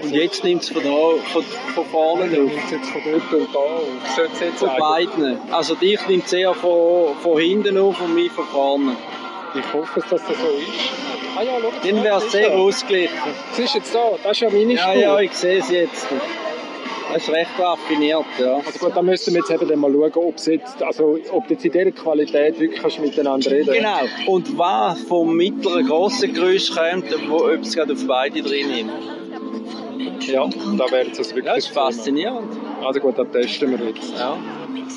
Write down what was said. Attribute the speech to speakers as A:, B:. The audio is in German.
A: Und jetzt nimmt es von, da- von, von vorne auf.
B: Jetzt jetzt von dort und da und sollte es jetzt
A: Von
B: eigentlich-
A: beiden. Also dich nimmt es eher von, von hinten auf und mich von vorne.
B: Ich hoffe, dass das so ist. Ah ja, schau,
A: Dann wäre es sehr ausgeglichen.
B: Das ist jetzt da, das ist ja meine
A: Ja,
B: Spur.
A: ja, ich sehe es jetzt. Das ist recht raffiniert, ja.
B: Also gut, da müssen wir jetzt eben dann mal schauen, ob, jetzt, also, ob du jetzt in dieser Qualität wirklich kannst miteinander reden
A: Genau. Und was vom mittleren, grossen Geräusch kommt, wo, ob es gerade auf beide drin nimmt.
B: Ja, da wäre jetzt das wirklich
A: Ja, das ist
B: Thema.
A: faszinierend.
B: Also gut, das testen wir jetzt.
A: Ja.